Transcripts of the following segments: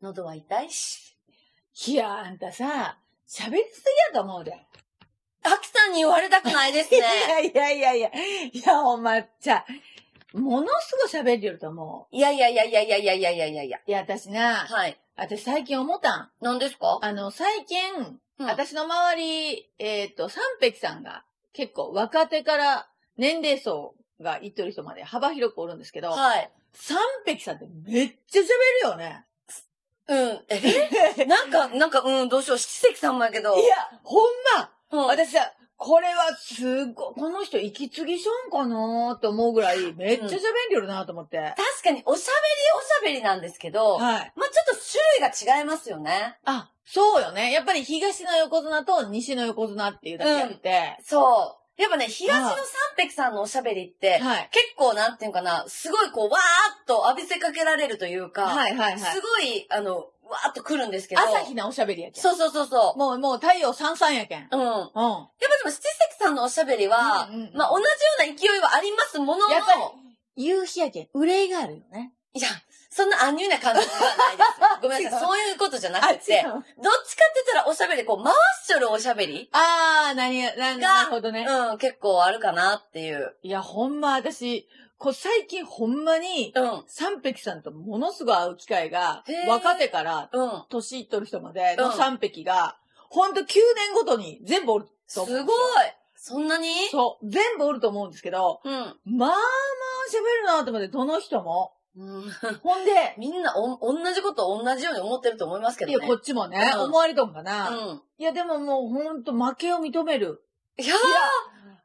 喉は痛いし。いや、あんたさ、喋りすぎやと思うで。アキさんに言われたくないですいね。やいやいやいや、いや、お前、じゃあものすごい喋ってると思いやいやいやいやいやいやいやいやいやう。いや、私な、はい。私最近思ったん。何ですかあの、最近、うん私の周り、えっ、と、三匹さんが、結構若手から年齢層がいってる人まで幅広くおるんですけど、はい。三匹さんってめっちゃ喋るよね。うん。 え、なんか、なんか、うん、どうしよう。七石さんもやけど。いや、ほんまうん、 私さ、これはすごい、この人息継ぎしょんかなと思うぐらい、めっちゃ喋りよるなと思って。確かにおしゃべりおしゃべりなんですけど、はい。まあちょっと種類が違いますよね。あ、そうよね。やっぱり東の横綱と西の横綱っていうだけあって、そう。やっぱね、東の三匹さんのおしゃべりって、はい。結構なんていうかな、すごいこう、わーっと浴びせかけられるというか、はいはいはいす。ごい、あの、わーっと来るんですけど。朝日なおしゃべりやけん。そうそうそうそもう、もう太陽さんさんやけん。うん。う。うん。やっぱやでも七石さんのおしゃべりは、うんうんうんまあ同じような勢いはありますものの、っぱり、夕日やけん、憂いがあるよね。いや、そんな安入な感じではないです。ごめんなさい、 違うそういうことじゃなくて、どっちかっう。て言ったらおしゃべり、こう、回しちょるおしゃべりあー、何が、ななるほどね。うん、結構あるかなっていう。いや、ほんま私、こう最近ほんまに、うん、三匹さんとものすごい会う機会がへ、ー若手からうん。年いっとる人までのうん三匹が、ほんと9年ごとに全部おるすとご思いうんですよ。そんなにそう、全部おると思うんですけど、うん。まあまあ喋るなと思って、どの人も。うん、 ほんで、みんなお、同じことを同じように思ってると思いますけどいね。や、こっちもね、うん思われとんかな。うん。いや、でももうほんと負けを認める。いやーいや、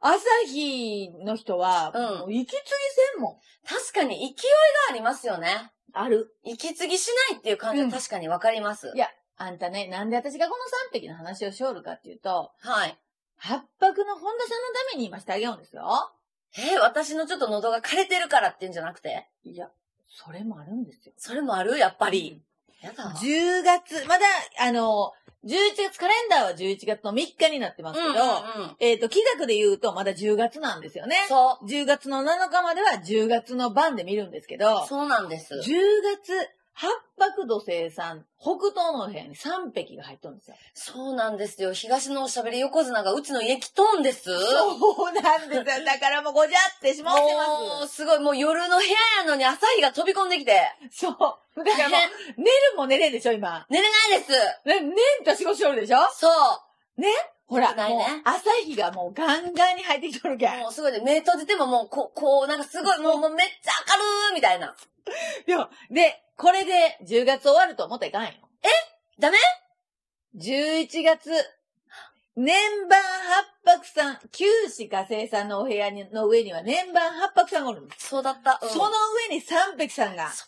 朝日の人は、うんもう息継ぎせんもん。確かに勢いがありますよね。ある。息継ぎしないっていう感じうんは確かにわかります。いやあんたね、なんで私がこの三匹の話をしおるかっていうと、はい。八白の本田さんのために今してあげようんですよ。えー私のちょっと喉が枯れてるからっていうんじゃなくていや、それもあるんですよ。それもあるやっぱり。やだ。 10月、まだ、あの、11月、カレンダーは11月の3日になってますけど、うんうん。えっ、と、気学で言うとまだ10月なんですよね。そ10月の7日までは10月の晩で見るんですけど、う。そうなんです10。月、八白土星さん、北東の部屋に3匹が入っとるんですよ。そうなんですよ。東のおしゃべり横綱がうちの家来とんです。そうなんですよ。だからもうごじゃってしまってもまう、すごい。もう夜の部屋やのに朝日が飛び込んできて。す。そう。だからもう、寝るも寝れんでしょ、今。寝れないです。ね、寝んと仕事しおるでしょそう。ほら、良くないねもう朝日がもうガンガンに入ってきとるけん。もうすごいね。目閉じてももう、こう、こう、なんかすごい、もう、もうめっちゃ明るーみたいな。でもで、これで10月終わると思ったらいかんよ。えダメ ?11 月、年番八白さん、九死火星さんのお部屋にの上には年番八白さんがおるんです。そうだった。うんその上に三匹さんが。そ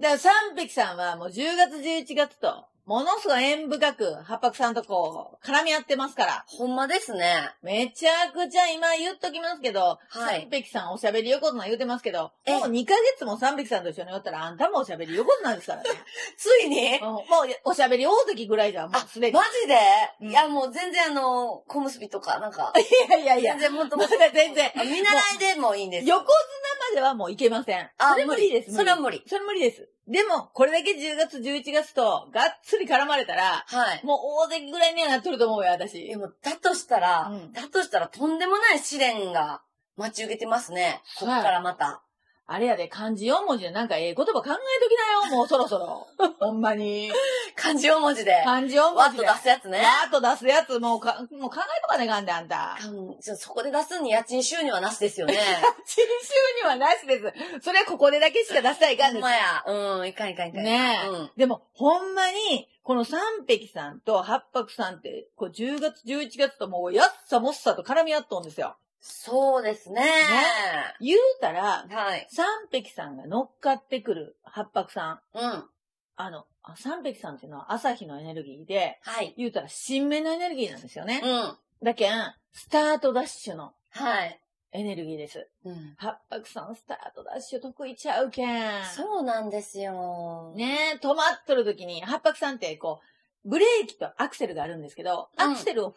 だから三匹さんはもう10月11月と、ものすごい縁深く八白さんとこう、絡み合ってますから。ほんまですね。めちゃくちゃ今言っときますけど、はい三匹さんおしゃべり横綱言うてますけど、えもう2ヶ月も三匹さんと一緒におったらあんたもおしゃべり横綱ですか らね。ついにうんもうおしゃべり大関ぐらいじゃん、もうあすで、にマ。ジで、うんいや、もう全然あの、小結びとか、なんか、いやいやいや全、然もっとも まっとだ全然。あ見習いでもいいんです。横綱まではもういけません。あそれ無理です。無理それは無理。それ無理です。でも、これだけ10月、11月と、がっつり絡まれたら、はい。もう大関ぐらいにはなっとると思うよ、で私。も、だとしたら、うんだとしたらとんでもない試練が待ち受けてますね。こっからまた。あれやで、漢字4文字でなんかええ言葉考えときなよ、もうそろ そろ。ほんまに。漢字4文字で、わ漢字4っ文字とで。出すやつね。わーっと出すやつ、もうか、もう考えとかねがんで、あんた。 うんちょそこで出すに家賃収入はなしですよ ね。新収にはなしです。それはここでだけしか出したらいかほんんですま。や。うん、いかんいかんいかん。ねえうん。でも、ほんまに、この三匹さんと八白さんって、こう10月、11月ともうやっさもっさと絡み合っとんですよ。そうですね。言うたら、はい。三匹さんが乗っかってくる八白さうん。ん。あの、あ三匹さんっていうのは朝日のエネルギーで、はい。言うたら新芽のエネルギーなんですよねう。ん。だけん、スタートダッシュのはい。エネルギーです。うん。八白さんスタートダッシュ得意ちゃうけん。そうなんですよ。ねえ、止まっとる時に、八白さんってこう、ブレーキとアクセルがあるんですけど、うんアクセルを踏ん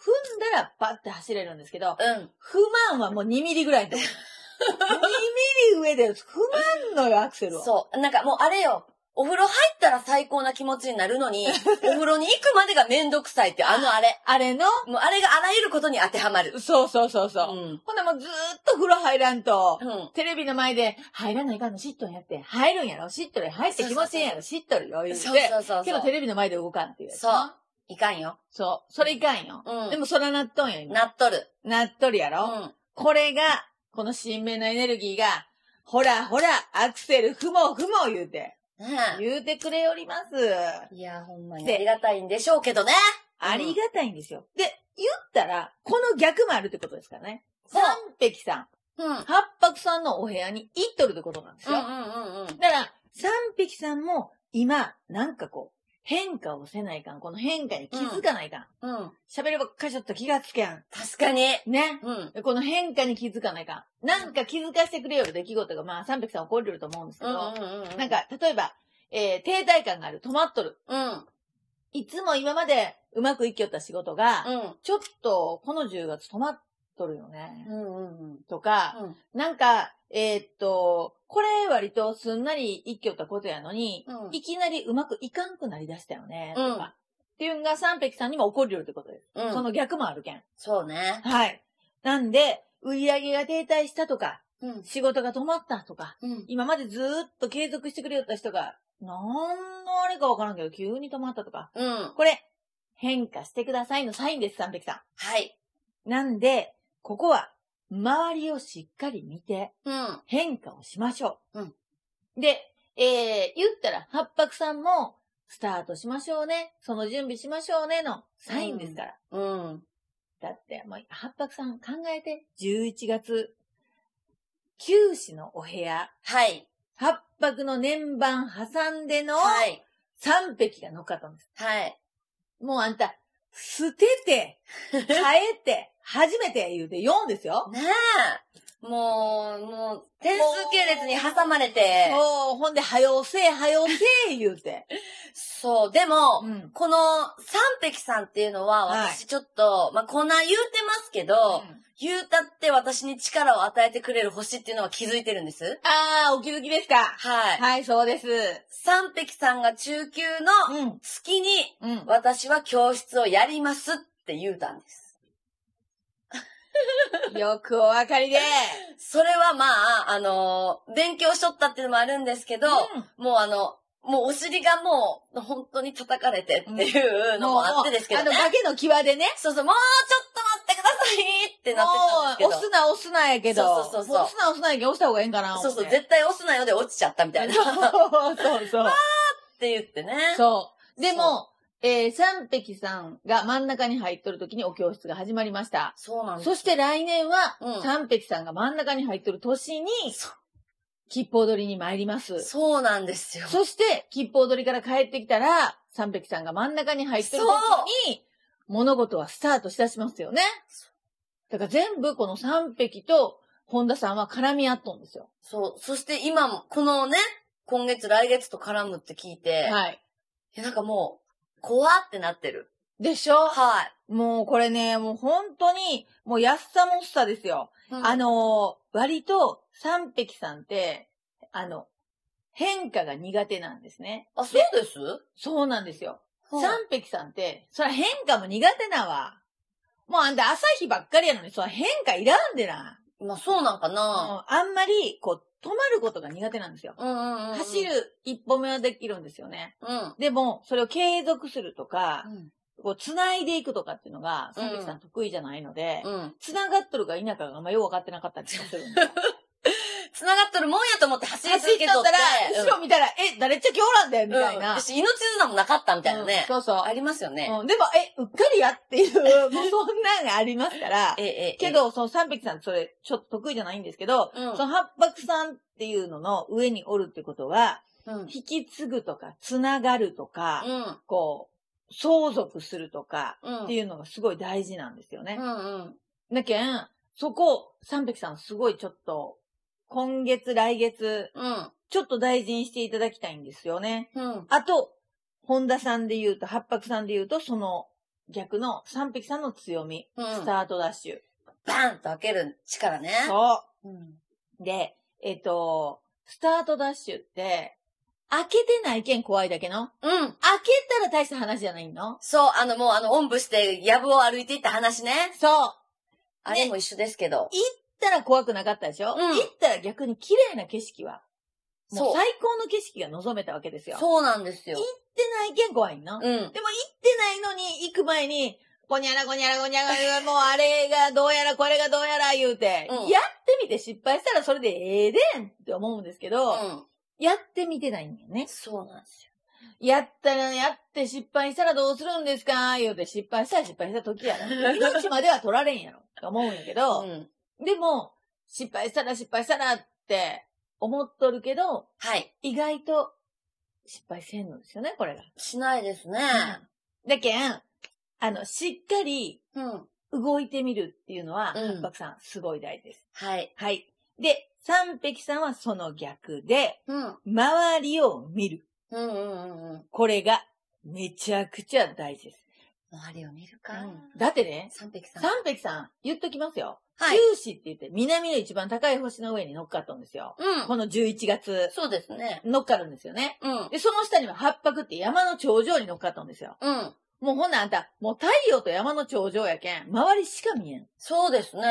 だらバッて走れるんですけど、うん。踏まんはもう2ミリぐらいのとこ2ミリ上で踏まんのよ、アクセルを。そう。なんかもうあれよ。お風呂入ったら最高な気持ちになるの に、お風呂に行くまでがめんどくさいって、あのあれ。あれの、もうあれがあらゆることに当てはまる。そうそうそうそう。うん。ほんなもうずーっと風呂入らんと、うん。テレビの前で、入らないかんの、しっとんやって、入るんやろ、しっとる、入って気持ちいいんやろ、しっとるよ、言うそうて。そうそうけそどテう。レビの前で動かんっていうやつそな。う。いかんよ。そう。それいかんよ。うん。でもそらなっとんよ、今。なっとる。なっとるやうろ、ん。これが、この新芽のエネルギーが、ほらほら、アクセル踏もう踏もう言うて、ねえ言うてくれおります。いや、ほんまに。でありがたいんでしょうけどね。ありがたいんですよ。で、言ったら、この逆もあるってことですからね。そう三匹さん、うん。うん八白さんのお部屋に行っとるってことなんですうよ。んうんうん。だから、三匹さんも今、なんかこう、変化をせないかん。この変化に気づかないかん。うん。喋、ればっかりちょっと気がつけん。確かに。ね。うん。この変化に気づかないかん。なんか気づかせてくれよる出来事が、まあ、三匹さん起こりよると思うんですけうど、んうんうん。なん、か、例えば、えー停滞感がある、止まっとる。うん。いつも今までうまくいきよった仕事が、うん。ちょっと、この10月止まっとるよね。うんうんうん。とか、なんか、えーっと、これ割とすんなりいきよったことやのに、うん。いきなりうまくいかんくなりだしたよね。とか。うんっていうのが三匹さんにも起こりよるってことです。うん。その逆もあるけん。そうね。はい。なんで、売り上げが停滞したとか、うん。仕事が止まったとか、うん。今までずーっと継続してくれよった人が、なんのあれかわからんけど、急に止まったとか。うん。これ、変化してくださいのサインです、三匹さはい。ん。なんで、ここは、周りをしっかり見て、うん。変化をしましょう。うんで、えー、言ったら、八白さんも、スタートしましょうね、その準備しましょうね、のサインですから。うん。だって、もう、八白さん考えて、11月、九死のお部屋、はい。八白の年番挟んでの、はい。三匹が乗っかったんです。はい。もうあんた、捨て て、変えて、初めて言うて4ですよ。ねえ。もう、もう、点数系列に挟まれて。そう、ほんで、はよせえ、はよせえ、言うて。そう。でも、ん。この三匹さんっていうのは、はい私ちょっと、まあ、こんな言うてますけど、言うたって私に力を与えてくれる星っていうのは気づいてるんです。あー、お気づきですか。はい。はい、そうです。三匹さんが中級のうん。月に、うん。私は教室をやりますって言うたんです。 よくお分かりで。それはまあ、あのー勉強しとったっていうのもあるんですけど、もうあの、もうお尻がもう、本当に叩かれてっていうのもあってですけどね。もうあの、崖の際でね。そうそう、もうちょっと待ってくださいってなってたんもうです押けすな、押すなやけど。そうそうそうそう押すな、押すなやけど、押した方がええんかな。ど。そうそう、思って絶対押すなよで落ちちゃったみたいな。っ そうそうそう。て言ってね。そう。でも、えー、三匹さんが真ん中に入っとる時にお教室が始まりました。そうなんです。そして来年は、うん三匹さんが真ん中に入っとる年に、吉報取りに参ります。そうなんですよ。そして、吉報取りから帰ってきたら、三匹さんが真ん中に入っとる時に、物事はスタートしだしますよね。だから全部この三匹と、本田さんは絡み合っとんですよ。そう。そして今も、このね、今月来月と絡むって聞いて、はい。いやなんかもう、怖ってなってる。でしょはい。もうこれね、もう本当に、もう安さもっさですよ。あ、のー割と三匹さんって、あの、変化が苦手なんですね。あ、そうですそうなんですよ。はい三匹さんって、そら変化も苦手なわ。もうあんた朝日ばっかりやのに、そら変化いらんでな。まあそうなんかな。もうあんまり、こう、止まることが苦手なんですよ。うんうんうんうん。走。る一歩目はできるんですよね。うん。でも、それを継続するとか、うんこう、繋いでいくとかっていうのが、うん三匹さん得意じゃないので、うん。繋がっとるか否かがあんまよく分かってなかったりとかするんですよ繋がっとるもんやと思って走り走続っとけっとってたら、後ろ見たら、え、誰っちゃ今日なんだよ、みたいうんな。私、命綱もなかったみたいなうんね。そうそう。ありますよね。うんでも、え、うっかりやっ ていう、もうそんなんがありますからえ、え、ええ。け、ど、その三匹さん、それ、ちょっと得意じゃないんですけど、うんその八白さんっていうのの上におるってことは、うん。引き継ぐとか、つながるとか、うん。こう、相続するとか、うん。っていうのがすごい大事なんですよねう。んうん。だけん、そこ、三匹さんすごいちょっと、今月、来月、うん。ちょっと大事にしていただきたいんですよね。うん。あと、本田さんで言うと、八白さんで言うと、その逆の三匹さんの強み、うんスタートダッシュ。バンと開ける力ね。そうん。う。で、えっと、スタートダッシュって、開けてないけん怖いだけの。うん。開けたら大した話じゃないのそう、あのもうあの、おんぶして、やぶを歩いていった話ね。そう。あれも一緒ですけど。行ったら怖くなかったでしょ、うん行ったら逆に綺麗な景色は、もそうう最高の景色が望めたわけですよ。行っそうなんですよ。てないけん怖いの。行っうん。てないのに行く前に、こにゃらこにゃらこにゃら、もうあれがどうやらこれがどうやら言うて、うんやってみて失敗したらそれでええでんって思うんですけど、うん。やってみてないんだよね。そうなんですやったらやって失敗したらどうするんですか言うて失敗したら失敗した時やろ。命までは取られんやろ。と思うんやけど、よ。 うん。でも、失敗したら失敗したらって思っとるけど、はい。意外と失敗せんのですよね、これが。しないですね。だけん、あの、しっかりうん。動いてみるっていうのは、うん八白さん、すごい大事です。はい。はい。で、三匹さんはその逆で、うん。周りを見る。うんうんうんうん。これが、めちゃくちゃ大事です。周りを見るか。だってね、三匹さん。三匹さん、言っときますよ。はい。中子って言って、南の一番高い星の上に乗っかったんですよ。うこん。の11月、そうですね。乗っかるんですよね。うん。で、その下には八白って山の頂上に乗っかったんですよ。うん。もうほんなあんた、もう太陽と山の頂上やけん、周りしか見えん。そうですね。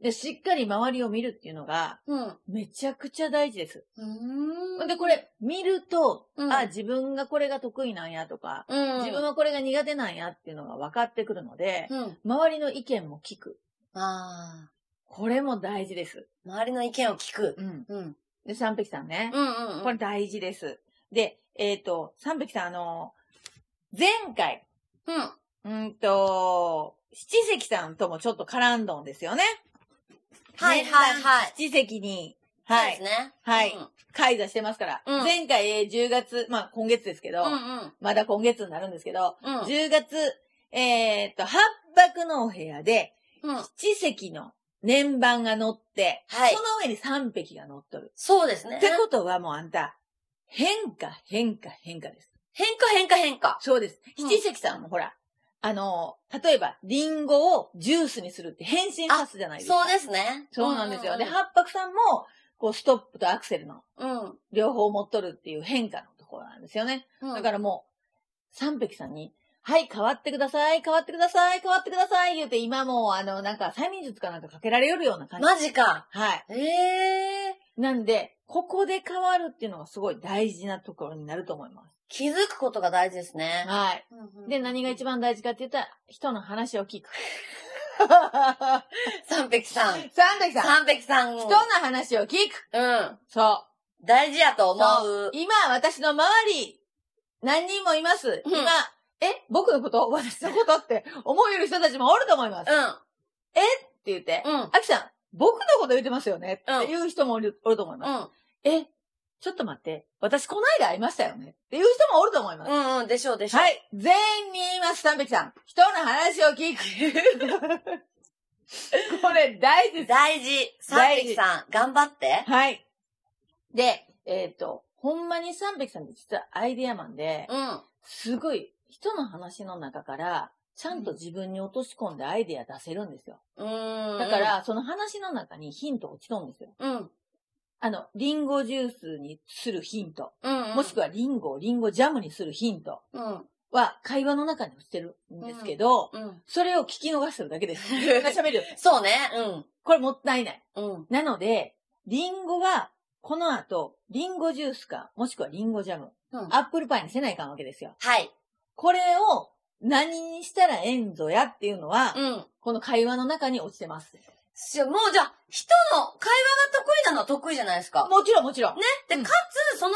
で、しっかり周りを見るっていうのが、うん。めちゃくちゃ大事です。うんで、これ、見ると、うんあ、自分がこれが得意なんやとか、うん。自分はこれが苦手なんやっていうのが分かってくるので、うん。周りの意見も聞く。あこれも大事です。あ。周りの意見を聞く。うん。うん。で、三匹さんね。うんうんうん。これ大事です。で、えっ、と、三匹さん、あの、前回、うん。うんと、七石さんともちょっと絡んどんですよね。はいはいはい。七石に、そうはでいす、ね。はいうん開座してますから。うん前回えー10月、まあ今月ですけど、うんまだ今月になるんですけど、うん。うん。 10月、えーっと、八白のお部屋で、うん。七石の年番が乗って、はいその上に三匹が乗っとる。そうですねっ。てことはもうあんた、変化、変化、変化です。変化変化変化。そうです。うん七石さんもほら、あの、例えば、リンゴをジュースにするって変身さすじゃないですか。そうですね。そうなんですよ。で、ね八白さんも、こう、ストップとアクセルのうん。両方持っとるっていう変化のところなんですよね。うんだからもう、三匹さんに、はい、変わってください、変わってください、変わってください、言うて、今もう、あの、なんか、催眠術かなんかかけられるような感じ。マジか。はい。ええー。なんで、ここで変わるっていうのがすごい大事なところになると思います。気づくことが大事ですね。はい。うんうんで、何が一番大事かって言ったら、人の話を聞く。三匹さん。 三崎さん、三匹さん。人の話を聞く。うん。そ大事やとう。思そうう。今、私の周り、何人もいます。うん今、え、僕のこと 私のことって思うよる人たちもおると思います。ってう言って、ん。うん。あきさん、僕のこと言ってますよねうんっていう人もおるおると思います。うん。え、ちょっと待って、私この間会いましたよねっていう人もおると思います。うんうん。でしょうでしょう。は。い。全員に言います、三匹さん。人の話を 聞く。これ大事です。大事。三大事匹さん、頑張って。はい。で、えっ、と、ほんまに三匹さんって実はアイデアマンで、うん。すごい人の話の中から、ちゃんと自分に落とし込んでアイデア出せるんですよ。うん。だか、ら、その話の中にヒント落ちとんですよ。うん。あの、リンゴジュースにするヒント、うん。もしくはリンゴをリンゴジャムにするヒントうん。は会話の中に落ちてるんですけど、うん。それを聞き逃してるだ けです。みんな喋るよ。そうね。これもったいない。うん。うん。なので、リンゴは、この後、リンゴジュースか、もしくはリンゴジャム、うんアップルパイにせないかんわけですよ。はい。これを、何にしたらええんぞやっていうのは、うん。この会話の中に落ちてます。じゃあもうじゃあ、人の会話が得意なのは得意じゃないですか。もちろんもちろん。ね。うで、んかつ、その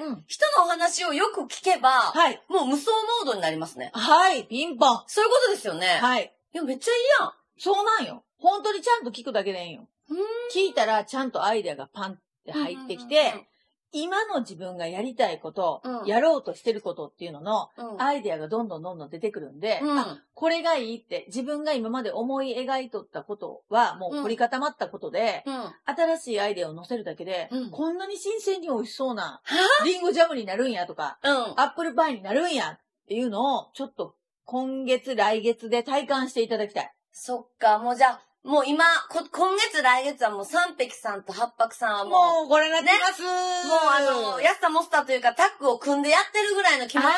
上で、うん。人のお話をよく聞けば、はい。もう無双モードになりますね。はい、ピンポン。そういうことですよね。い。はい。や、めっちゃいいやん。そうなんよ。本当にちゃんと聞くだけでええんよ。うん聞いたら、ちゃんとアイデアがパンって入ってきて、今の自分がやりたいこと、うんやろうとしてることっていうのの、うん、うん。アイデアがどんどんどんどん出てくるんで、うんあこれがいいって、自分が今まで思い描いとったことは、もう凝り固まったことで、うん。新しいアイデアを載せるだけで、うんこんなに新鮮に美味しそうなは、リンゴジャムになるんやとか、うん。アップルパイになるんやっていうのを、ちょっと今月、来月で体感していただきたい。そっか、もうじゃあ、もう今、こ今月来月はもう三匹さんと八白さんはもう、ももうご覧になってます、うあの、安田モスターというかタッグを組んでやってるぐらいの気持ちで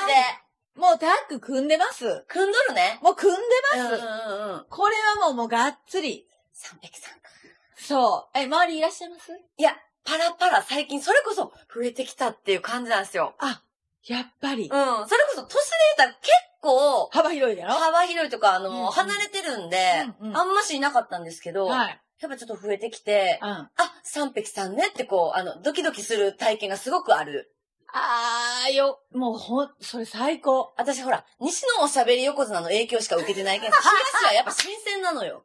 は、もうタッグ組んでます。組んどるね。もう組んでうんうんます。うんうん。これはもうもうがっつり。三匹さんか。そう。え、周りいらっしゃいますいや、パラパラ最近それこそ増えてきたっていう感じなんですよ。あ、やっぱりうん。。それこそ年で言ったら結構、幅広いだろ幅広いとか、あの、うんうん離れてるんで、うんうんあんましいなかったんですけど、はい。やっぱちょっと増えてきて、うん。ああ、三匹さんねってこう、あの、ドキドキする体験がすごくある。ーよ、もうほん、それ最高。私ほら、西のおしゃべり横綱の影響しか受けてないけど、東はやっぱ新鮮なのよ。